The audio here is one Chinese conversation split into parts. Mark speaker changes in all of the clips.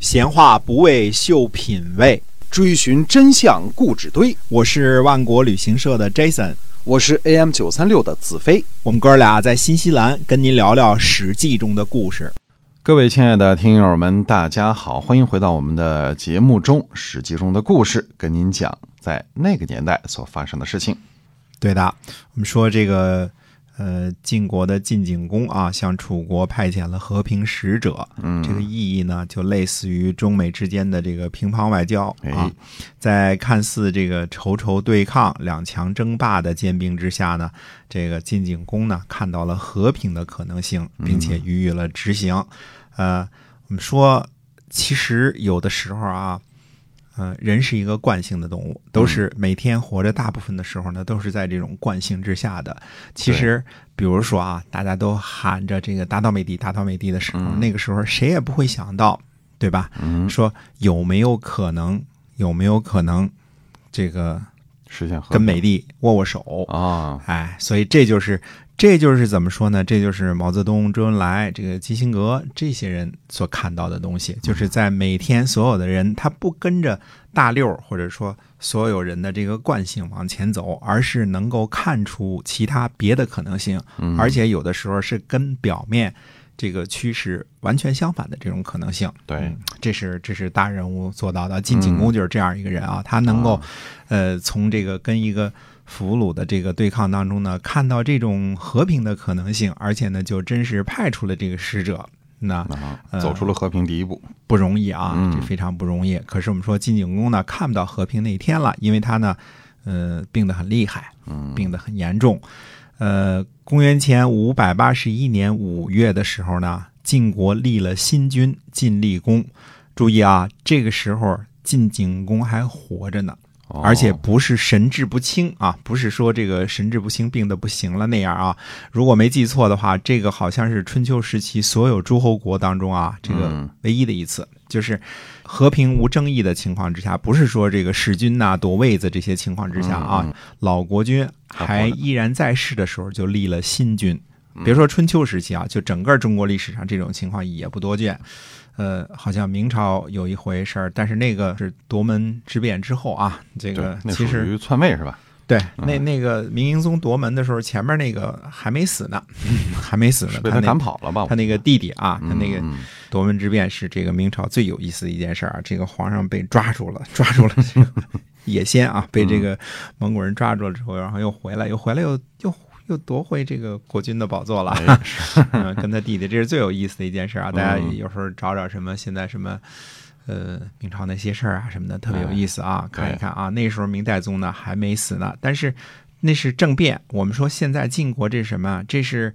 Speaker 1: 闲话不为秀品味，
Speaker 2: 追寻真相故纸堆。
Speaker 1: 我是万国旅行社的 Jason，
Speaker 2: 我是 AM 九三六的子飞。
Speaker 1: 我们哥俩在新西兰跟您聊聊《史记》中的故事。
Speaker 2: 各位亲爱的听友们，大家好，欢迎回到我们的节目中，《史记》中的故事，跟您讲在那个年代所发生的事情。
Speaker 1: 对的，我们说这个呃晋国的晋景公啊，向楚国派遣了和平使者，
Speaker 2: 嗯，
Speaker 1: 这个意义呢，就类似于中美之间的这个乒乓外交啊
Speaker 2: 哎，
Speaker 1: 在看似这个仇仇对抗、两强争霸的兼并之下呢，这个晋景公呢看到了和平的可能性，并
Speaker 2: 嗯
Speaker 1: 且予以了执行。呃，我们说，其实有的时候啊。嗯、人是一个惯性的动物，都是每天活着，大部分的时候呢，都是在这种惯性之下的。其实，比如说啊，大家都喊着这个“打倒美帝，打倒美帝”的时候，那个时候谁也不会想到，对吧？
Speaker 2: 嗯，
Speaker 1: 说有没有可能，有没有可能，这个
Speaker 2: 实现和
Speaker 1: 跟
Speaker 2: 平
Speaker 1: 美帝握握手？
Speaker 2: 啊，
Speaker 1: 哎，所以这就是，这就是怎么说呢？这就是毛泽东、周恩来、这个基辛格这些人所看到的东西，就是在每天所有的人，他不跟着大溜儿或者说所有人的这个惯性往前走，而是能够看出其他别的可能性，
Speaker 2: 嗯
Speaker 1: 而且有的时候是跟表面这个趋势完全相反的这种可能性。
Speaker 2: 对
Speaker 1: 嗯，这是这是大人物做到的。晋景公就是这样一个人啊，他能够，呃，从这个跟一个俘虏的这个对抗当中呢，看到这种和平的可能性，而且呢，就真实派出了这个使者。那
Speaker 2: 啊，
Speaker 1: 呃
Speaker 2: 走出了和平第一步。
Speaker 1: 不容易啊
Speaker 2: 嗯，
Speaker 1: 这非常不容易。可是我们说晋景公呢，看不到和平那一天了，因为他呢，呃，病得很厉害，病得很严重。呃，公元前五百八十一年五月的时候呢，晋国立了新君晋厉公。注意啊，这个时候晋景公还活着呢，
Speaker 2: 哦
Speaker 1: 而且不是神志不清啊，不是说这个神志不清、病的不行了那样啊。如果没记错的话，这个好像是春秋时期所有诸侯国当中啊，这个唯一的一次，就是和平无争议的情况之下，不是说这个弑君呐、夺位子这些情况之下啊，老国君还依然在世的时候就立了新君。别说春秋时期啊，就整个中国历史上这种情况也不多见。呃，好像明朝有一回事儿，但是那个是夺门之变之后啊，这
Speaker 2: 对
Speaker 1: 个，
Speaker 2: 那属
Speaker 1: 其实
Speaker 2: 于嗯篡位是吧？
Speaker 1: 对那那个明英宗夺门的时候，前面那个还没死 呢，还没死呢
Speaker 2: 是，被
Speaker 1: 他
Speaker 2: 他
Speaker 1: 那
Speaker 2: 赶跑了吧？
Speaker 1: 他那个弟弟啊，他那个
Speaker 2: 嗯
Speaker 1: 夺门之变是这个明朝最有意思的一件事儿啊，这个皇上被抓住了，抓住了这 个野仙啊，被
Speaker 2: 嗯
Speaker 1: 这个蒙古人抓住了之后，然后又回来，又回来又又又夺回这个国君的宝座了。
Speaker 2: 哎
Speaker 1: 嗯，跟他弟弟，这是最有意思的一件事啊！大家
Speaker 2: 嗯
Speaker 1: 有时候找找什么现在什么，呃，明朝那些事儿啊什么的，特别有意思啊，
Speaker 2: 对
Speaker 1: 看一看啊。那时候明代宗呢还没死呢，但是那是政变。我们说现在晋国这是什么啊？这是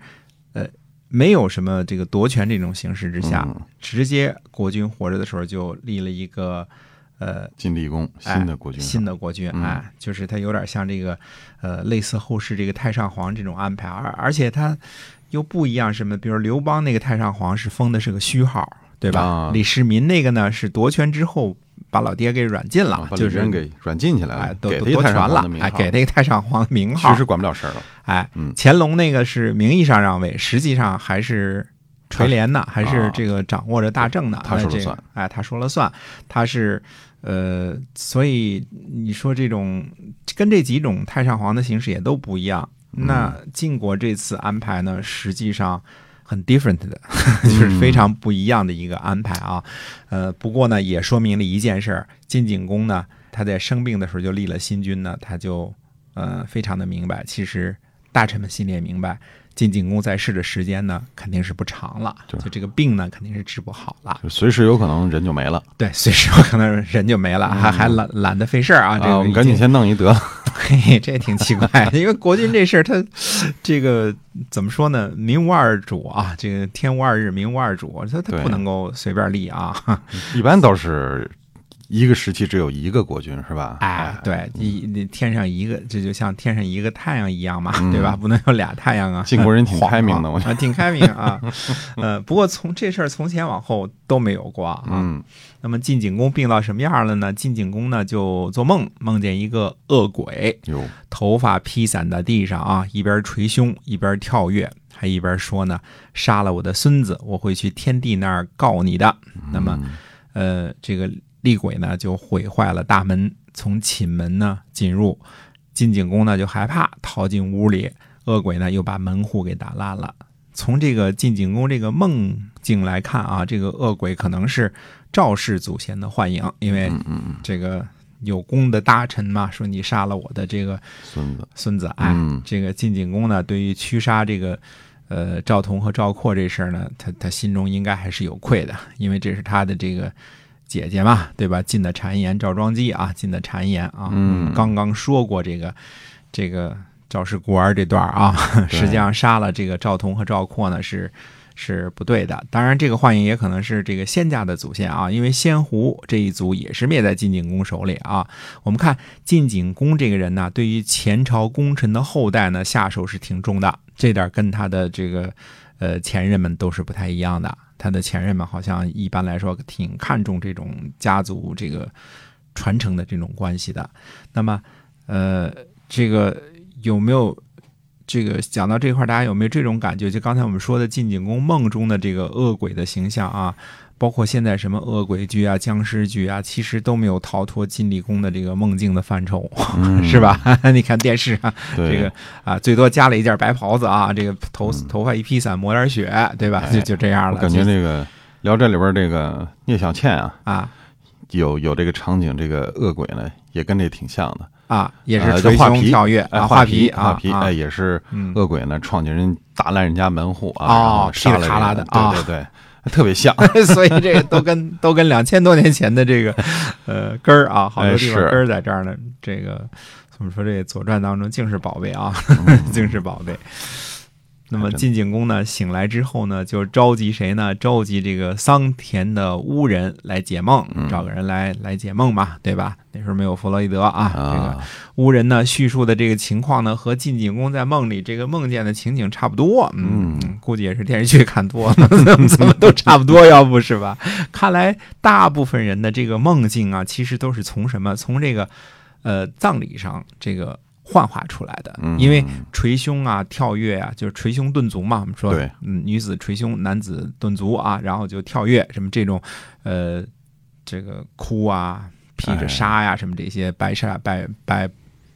Speaker 1: 呃，没有什么这个夺权这种形式之下，
Speaker 2: 嗯
Speaker 1: 直接国君活着的时候就立了一个呃
Speaker 2: 晋厉公
Speaker 1: 哎
Speaker 2: 新的国君，嗯
Speaker 1: 新的国君，哎，就是他有点像这个，呃，类似后世这个太上皇这种安排，而而且他又不一样，什么，比如刘邦那个太上皇是封的是个虚号，对吧？
Speaker 2: 啊
Speaker 1: 李世民那个呢是夺权之后把老爹给软禁了，
Speaker 2: 啊把李
Speaker 1: 就是
Speaker 2: 渊给软禁起来
Speaker 1: 哎
Speaker 2: 了，
Speaker 1: 都
Speaker 2: 给
Speaker 1: 都
Speaker 2: 他一
Speaker 1: 夺
Speaker 2: 太
Speaker 1: 权
Speaker 2: 上皇
Speaker 1: 了
Speaker 2: 的，名
Speaker 1: 哎，
Speaker 2: 号
Speaker 1: 给他一个太上皇的名号
Speaker 2: 其，实管不了事儿了。
Speaker 1: 哎，
Speaker 2: 嗯
Speaker 1: 乾隆那个是名义上让位，实际上还是垂帘呢，还是
Speaker 2: 啊
Speaker 1: 这个掌握着大政呢。
Speaker 2: 他说了
Speaker 1: 那这个
Speaker 2: 算，
Speaker 1: 哎，他说了算，他是呃，所以你说这种跟这几种太上皇的形式也都不一样。
Speaker 2: 嗯
Speaker 1: 那晋国这次安排呢，实际上很 different 的，
Speaker 2: 嗯
Speaker 1: 就是非常不一样的一个安排啊。呃，不过呢，也说明了一件事儿：晋景公呢，他在生病的时候就立了新君呢，他就呃非常的明白，其实大臣们心里也明白，晋景公在世的时间呢肯定是不长了，
Speaker 2: 对
Speaker 1: 就这个病呢肯定是治不好了，
Speaker 2: 就随时有可能人就没了
Speaker 1: 对，随时有可能人就没了，还还懒懒得费事儿啊，这个
Speaker 2: 啊！我们
Speaker 1: 已
Speaker 2: 赶
Speaker 1: 经
Speaker 2: 紧先弄一得了，
Speaker 1: 嘿嘿， 这也挺奇怪的，因为国君这事儿，他这个怎么说呢？民无二主啊，这个天无二日，民无二主，他他
Speaker 2: 对
Speaker 1: 不能够随便立啊。
Speaker 2: 一般都是一个时期只有一个国君是吧？
Speaker 1: 哎，对，
Speaker 2: 嗯
Speaker 1: 一你天上一个，这就像天上一个太阳一样嘛， 对吧？不能有俩太阳啊。
Speaker 2: 晋国嗯人挺
Speaker 1: 晃
Speaker 2: 开明的
Speaker 1: 啊
Speaker 2: 我觉
Speaker 1: 啊，挺开明啊。呃，不过从这事儿从前往后都没有过啊。
Speaker 2: 嗯，
Speaker 1: 那么晋景公病到什么样了呢？晋景公呢就做梦，梦见一个恶鬼，
Speaker 2: 有
Speaker 1: 头发披散在地上啊，一边捶胸，一边跳跃，还
Speaker 2: 嗯
Speaker 1: 一边说呢：“杀了我的孙子，我会去天帝那儿告你的。”那么，呃，这个厉鬼呢就毁坏了大门，从寝门呢进入。晋景公呢就害怕，逃进屋里。恶鬼呢又把门户给打烂了。从这个晋景公这个梦境来看啊，这个恶鬼可能是赵氏祖先的幻影，因为
Speaker 2: 嗯嗯，
Speaker 1: 这个有功的大臣嘛，说你杀了我的这个
Speaker 2: 孙子，
Speaker 1: 孙子，哎，
Speaker 2: 嗯
Speaker 1: 这个晋景公呢，对于驱杀这个呃赵同和赵括这事儿呢，他他心中应该还是有愧的，因为这是他的这个姐姐嘛，对吧？晋的谗言，赵庄姬啊，晋的谗言啊，
Speaker 2: 嗯
Speaker 1: 刚刚说过这个这个赵氏孤儿这段儿啊，
Speaker 2: 对
Speaker 1: 实际上杀了这个赵同和赵括呢是。是不对的，当然这个幻影也可能是这个仙家的祖先啊，因为仙狐这一族也是灭在晋景公手里啊。我们看晋景公这个人呢，对于前朝功臣的后代呢，下手是挺重的，这点跟他的这个呃前任们都是不太一样的。他的前任们好像一般来说挺看重这种家族这个传承的这种关系的。那么，呃，这个有没有这个讲到这块儿，大家有没有这种感觉？就刚才我们说的晋景公梦中的这个恶鬼的形象啊，包括现在什么恶鬼剧啊、僵尸剧啊，其实都没有逃脱晋厉公的这个梦境的范畴， 是吧？你看电视啊，
Speaker 2: 嗯对嗯
Speaker 1: 这个啊，最多加了一件白袍子啊，这个头头发一披散，抹点血，对吧？就就这样
Speaker 2: 哎我
Speaker 1: 了，
Speaker 2: 感觉
Speaker 1: 就
Speaker 2: 这个聊斋里边这个聂小倩啊，
Speaker 1: 啊
Speaker 2: 有有这个场景，这个恶鬼呢也跟这挺像的，
Speaker 1: 啊，也
Speaker 2: 呃
Speaker 1: 是
Speaker 2: 就
Speaker 1: 捶
Speaker 2: 画
Speaker 1: 胸
Speaker 2: 皮
Speaker 1: 跳跃啊，
Speaker 2: 哎，
Speaker 1: 画
Speaker 2: 皮
Speaker 1: 啊，
Speaker 2: 画皮，
Speaker 1: 啊
Speaker 2: 哎，也是
Speaker 1: 嗯
Speaker 2: 恶鬼呢闯进人打烂人家门户啊，
Speaker 1: 哦
Speaker 2: 然后杀了
Speaker 1: 噼里啪啦
Speaker 2: 人
Speaker 1: 的啊
Speaker 2: 对对对，特别像，
Speaker 1: 所以 这个都跟都跟两千多年前的这个呃根儿啊，好多地方
Speaker 2: 哎是
Speaker 1: 根儿在这儿呢。这个怎么说？这《左传》当中竟是宝贝啊， 竟是宝贝。那么
Speaker 2: 嗯真的
Speaker 1: 晋景公呢，醒来之后呢，就召集谁呢？召集这个桑田的巫人来解梦，
Speaker 2: 嗯
Speaker 1: 找个人来来解梦嘛，对吧？那时候没有弗洛伊德啊，这个
Speaker 2: 啊
Speaker 1: 巫人呢叙述的这个情况呢，和晋景公在梦里这个梦见的情景差不多。嗯，估计也是电视剧看多了， 怎么都差不多，要不是吧？看来大部分人的这个梦境啊，其实都是从什么？从这个呃葬礼上这个幻化出来的，因为捶胸啊、跳跃啊，就是捶胸顿足嘛。我们说，
Speaker 2: 对
Speaker 1: 嗯，女子捶胸，男子顿足啊，然后就跳跃什么这种，呃，这个哭啊、披着纱呀、什么这些白纱、白白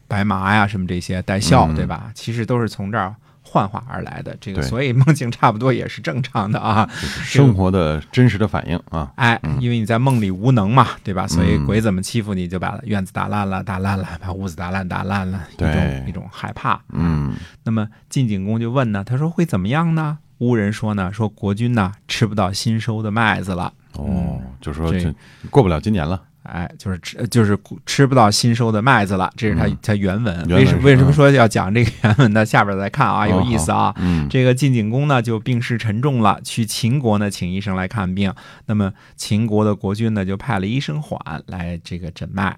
Speaker 1: 白麻呀、什么这些带孝，
Speaker 2: 嗯
Speaker 1: 对吧？其实都是从这儿。幻化而来的这个，
Speaker 2: 对
Speaker 1: 所以梦境差不多也是正常的啊。
Speaker 2: 生活的真实的反应啊，
Speaker 1: 哎，因为你在梦里无能嘛，对吧？所
Speaker 2: 嗯
Speaker 1: 以鬼怎么欺负你，就把院子打烂了，打烂了，把屋子打烂，打烂了，一
Speaker 2: 对
Speaker 1: 种一种害怕。
Speaker 2: 嗯，
Speaker 1: 那么晋景公就问呢，他说会怎么样呢？巫人说呢，说国君呢吃不到新收的麦子了，
Speaker 2: 哦，就说
Speaker 1: 这
Speaker 2: 这过不了今年了，
Speaker 1: 哎，就是吃就是吃不到新收的麦子了，这是他、他原文。
Speaker 2: 嗯原文
Speaker 1: 为什
Speaker 2: 是哦
Speaker 1: 为什么说要讲这个原文呢？下边再看啊，有意思啊。
Speaker 2: 嗯，
Speaker 1: 这个晋景公呢就病势沉重了，去秦国呢请医生来看病。那么秦国的国君呢就派了医生缓来这个诊脉。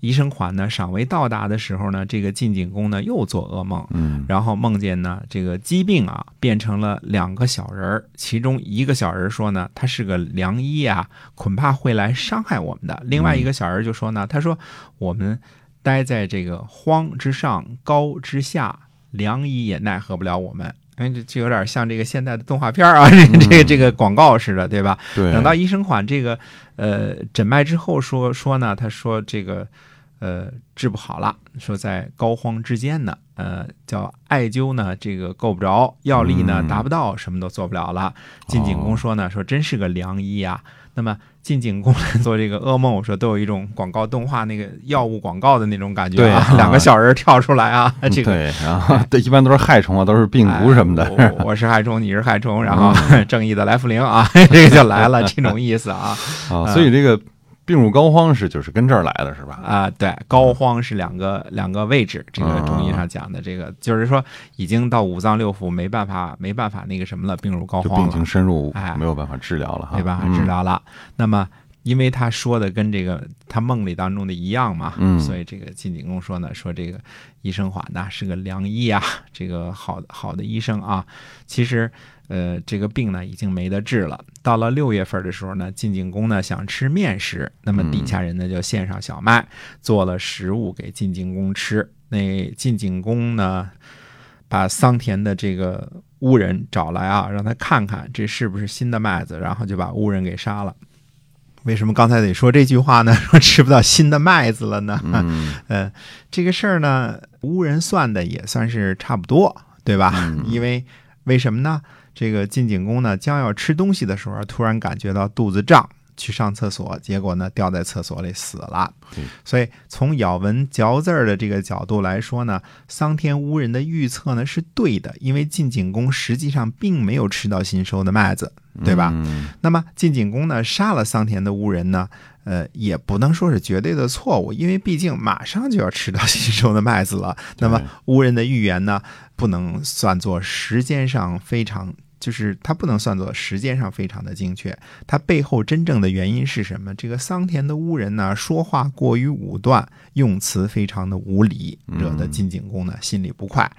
Speaker 1: 医生缓呢尚未到达的时候呢，这个晋景公呢又做噩梦，
Speaker 2: 嗯，
Speaker 1: 然后梦见呢这个疾病啊变成了两个小人儿，其中一个小人儿说呢他是个良医啊，恐怕会来伤害我们的；另外一
Speaker 2: 嗯
Speaker 1: 个小人儿就说呢，他说我们待在这个荒之上，高之下，良医也奈何不了我们。哎，这这有点像这个现代的动画片儿啊，这这个这个广告似的，对吧？
Speaker 2: 嗯对，
Speaker 1: 等到医生缓这个呃诊脉之后说说呢，他说这个呃治不好了，说在膏肓之间呢，呃叫艾灸呢这个够不着，药力呢
Speaker 2: 嗯哦
Speaker 1: 达不到，什么都做不了了。晋景公说呢，说真是个良医啊。那么晋景公来做这个噩梦，我说都有一种广告动画那个药物广告的那种感觉、
Speaker 2: 对啊嗯
Speaker 1: 两个小人跳出来啊，这个
Speaker 2: 对，然后 对，一般都是害虫啊，都是病毒什么的，嗯
Speaker 1: 哎我我是害虫，你是害虫，然后 正义的来福灵啊，这个就来了，这种意思啊。
Speaker 2: 啊，所以这个病入膏肓是就是跟这儿来的，是吧？
Speaker 1: 啊、对，膏肓是两个两个位置，这个中医上讲的这个，就是说已经到五脏六腑没办法没办法那个什么了，病入膏
Speaker 2: 就
Speaker 1: 肓
Speaker 2: 病
Speaker 1: 了
Speaker 2: 情，深入
Speaker 1: 哎，
Speaker 2: 没有办法治疗了哈，嗯
Speaker 1: 没办法治疗了。那么因为他说的跟这个他梦里当中的一样嘛，
Speaker 2: 嗯
Speaker 1: 所以这个晋景公说呢，说这个医生缓呢是个良医啊， 这个好好的医生啊，其实。呃，这个病呢已经没得治了。到了六月份的时候呢，晋景公呢想吃面食，那么底下人呢就献上小麦，
Speaker 2: 嗯
Speaker 1: 做了食物给晋景公吃。那晋景公呢，把桑田的这个巫人找来啊，让他看看这是不是新的麦子，然后就把巫人给杀了。为什么刚才得说这句话呢？ 说吃不到新的麦子了呢？
Speaker 2: 嗯
Speaker 1: 呃，这个事儿呢，乌人算的也算是差不多，对吧？
Speaker 2: 嗯
Speaker 1: 因为为什么呢？这个晋景公呢，将要吃东西的时候，突然感觉到肚子胀，去上厕所，结果呢，掉在厕所里死了
Speaker 2: 对。
Speaker 1: 所以从咬文嚼字儿的这个角度来说呢，桑田乌人的预测呢是对的，因为晋景公实际上并没有吃到新收的麦子，对吧？
Speaker 2: 嗯
Speaker 1: 那么晋景公呢杀了桑田的乌人呢，呃，也不能说是绝对的错误，因为毕竟马上就要吃到 新收的麦子了。那么乌人的预言呢，不能算作时间上非常。就是它不能算作时间上非常的精确，它背后真正的原因是什么？这个桑田的乌人呢，说话过于武断，用词非常的无理，惹得晋景公呢心里不快，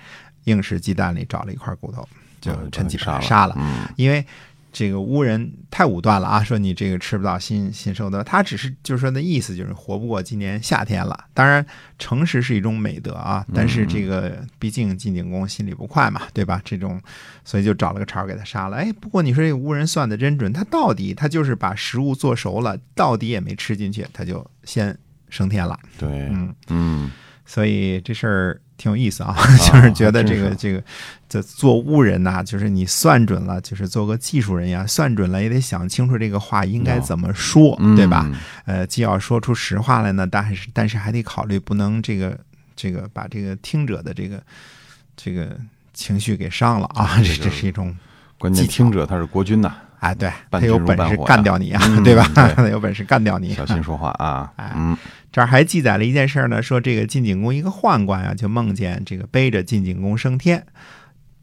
Speaker 1: 硬是鸡蛋里找了一块骨头，就
Speaker 2: 嗯
Speaker 1: 趁机把
Speaker 2: 把
Speaker 1: 他
Speaker 2: 他
Speaker 1: 杀了。
Speaker 2: 嗯
Speaker 1: 因为这个乌人太武断了啊，说你这个吃不到新新收的，他只是就是说那意思就是活不过今年夏天了。当然，诚实是一种美德啊，但是这个毕竟晋景公心里不快嘛，对吧？这种，所以就找了个茬儿给他杀了。哎，不过你说这个乌人算的真准，他到底他就是把食物做熟了，到底也没吃进去，他就先升天了。
Speaker 2: 对，
Speaker 1: 嗯
Speaker 2: 嗯
Speaker 1: 所以这事儿挺有意思啊， 就是觉得这个、
Speaker 2: 还真是
Speaker 1: 这个这做巫人呐、就是你算准了，就是做个技术人呀，算准了也得想清楚这个话应该怎么说，
Speaker 2: 嗯，
Speaker 1: 对吧？？呃，既要说出实话来呢，但是但是还得考虑不能这个这个把这个听者的这个这个情绪给伤了啊，
Speaker 2: 这
Speaker 1: 这
Speaker 2: 就
Speaker 1: 这是一种
Speaker 2: 关键
Speaker 1: 技巧
Speaker 2: 听者他是国君 呐，
Speaker 1: 啊，对
Speaker 2: 半
Speaker 1: 他
Speaker 2: 群
Speaker 1: 有
Speaker 2: 如
Speaker 1: 本
Speaker 2: 半
Speaker 1: 事
Speaker 2: 火呀
Speaker 1: 干掉你啊，
Speaker 2: 嗯
Speaker 1: 对吧？
Speaker 2: 对
Speaker 1: 他有本事干掉你，
Speaker 2: 小心说话啊。
Speaker 1: 哎
Speaker 2: 嗯
Speaker 1: 这儿还记载了一件事儿呢，说这个晋景公一个宦官啊，就梦见这个背着晋景公升天，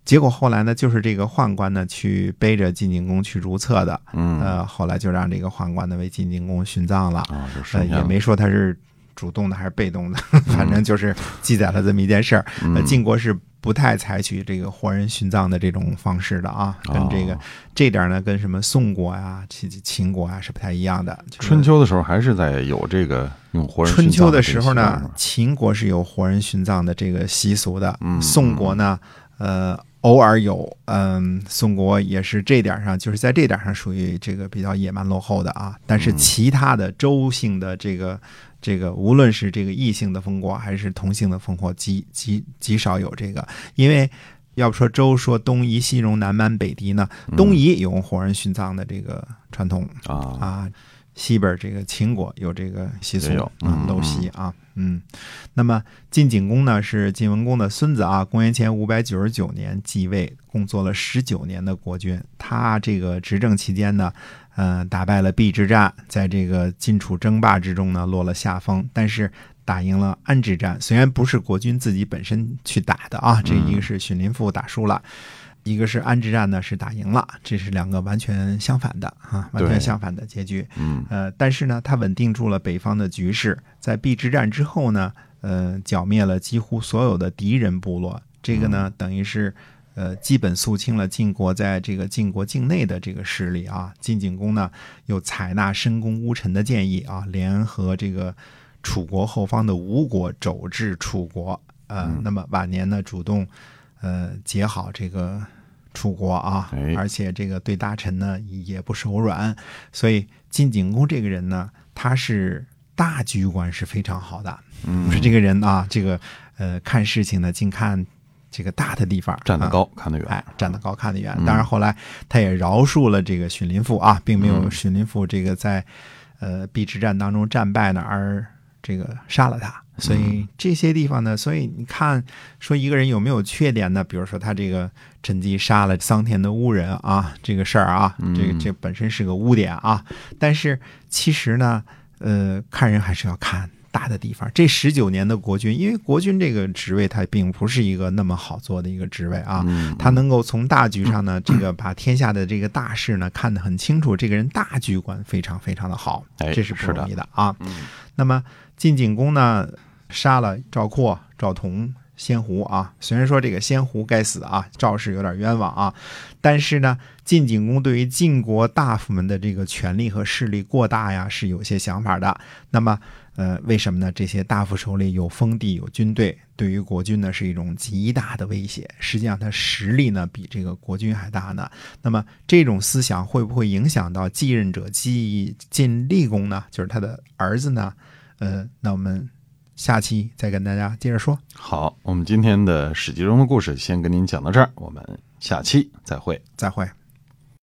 Speaker 1: 结果后来呢，就是这个宦官呢去背着晋景公去如厕的，
Speaker 2: 嗯，
Speaker 1: 呃，后来就让这个宦官呢为晋景公殉葬了，
Speaker 2: 啊，嗯就说
Speaker 1: 呃，也没说他是主动的还是被动的，反正就是记载了这么一件事儿。
Speaker 2: 嗯
Speaker 1: 呃，晋国是不太采取这个活人殉葬的这种方式的啊，跟这个
Speaker 2: 哦
Speaker 1: 这点儿呢，跟什么宋国啊、秦秦国啊是不太一样的。就是
Speaker 2: 春秋的时候还是在有这个用活人
Speaker 1: 春
Speaker 2: 殉葬
Speaker 1: 秋
Speaker 2: 的
Speaker 1: 的
Speaker 2: 这
Speaker 1: 时
Speaker 2: 个
Speaker 1: 候
Speaker 2: 习惯是
Speaker 1: 呢
Speaker 2: 吧，
Speaker 1: 秦国是有活人殉葬的这个习俗的，
Speaker 2: 嗯
Speaker 1: 宋国呢，呃，偶尔有，嗯，宋国也是这点儿上，就是在这点儿上属于这个比较野蛮落后的啊。但
Speaker 2: 嗯
Speaker 1: 是其他的周姓的这个这个，无论是这个异性的封国还是同性的封国，极极极少有这个，因为。要不说周说东夷西戎南蛮北狄呢，
Speaker 2: 嗯
Speaker 1: 东夷有活人殉葬的这个传统，
Speaker 2: 啊，
Speaker 1: 啊，西边这个秦国有这个习俗
Speaker 2: 也有
Speaker 1: 啊
Speaker 2: 嗯，
Speaker 1: 陋习啊，嗯。那么晋景公呢是晋文公的孙子啊，公元前五百九十九年继位，工作了十九年的国君。他这个执政期间呢，呃，打败了毕之战，在这个晋楚争霸之中呢落了下风，但是。打赢了安之战，虽然不是国君自己本身去打的啊，这一个是荀林赋打输了，一个是安之战呢是打赢了，这是两个完全相反的啊，完
Speaker 2: 对
Speaker 1: 全相反的结局。
Speaker 2: 嗯
Speaker 1: 呃，但是呢，他稳定住了北方的局势，在壁之战之后呢，呃，剿灭了几乎所有的敌人部落。这个呢，等于是呃，基本肃清了晋国在这个晋国境内的这个势力啊。晋景公呢，又采纳申公巫臣的建议啊，联合这个楚国后方的吴国肘制楚国。呃，
Speaker 2: 嗯
Speaker 1: 那么晚年呢，主动呃结好这个楚国啊
Speaker 2: 哎，
Speaker 1: 而且这个对大臣呢也不手软，所以晋景公这个人呢，他是大局观是非常好的。嗯，说这个人啊，这个呃，看事情呢，尽看这个大的地方，
Speaker 2: 站得
Speaker 1: 啊
Speaker 2: 高，看得远
Speaker 1: 哎，，站得高看得远。当然后来他也饶恕了这个荀林赋啊，并没有荀林赋这个在呃壁之战当中战败呢，而这个杀了他。所以这些地方呢，所以你看，说一个人有没有缺点呢？比如说他这个趁机杀了桑田的巫人啊，这个事儿啊，这个这本身是个污点啊。但是其实呢，呃，看人还是要看大的地方。这十九年的国君，因为国君这个职位，它并不是一个那么好做的一个职位啊。
Speaker 2: 嗯
Speaker 1: 他能够从大局上呢，这 个把天下的这个大事呢看得很清楚，这个人大局观非常非常的好，
Speaker 2: 哎
Speaker 1: 这是不
Speaker 2: 是的嗯
Speaker 1: 容易的啊。那么晋景公呢，杀了赵括、赵同、仙狐啊。虽然说这个仙狐该死啊，赵氏有点冤枉啊，但是呢，晋景公对于晋国大夫们的这个权力和势力过大呀，是有些想法的。那么，呃，为什么呢？这些大夫手里有封地，有军队，对于国君呢是一种极大的威胁。实际上，他实力呢比这个国君还大呢。那么，这种思想会不会影响到继任者继晋厉公呢？就是他的儿子呢？呃，那我们下期再跟大家接着说。
Speaker 2: 好，我们今天的史记中的故事先跟您讲到这儿，我们下期再会。
Speaker 1: 再会。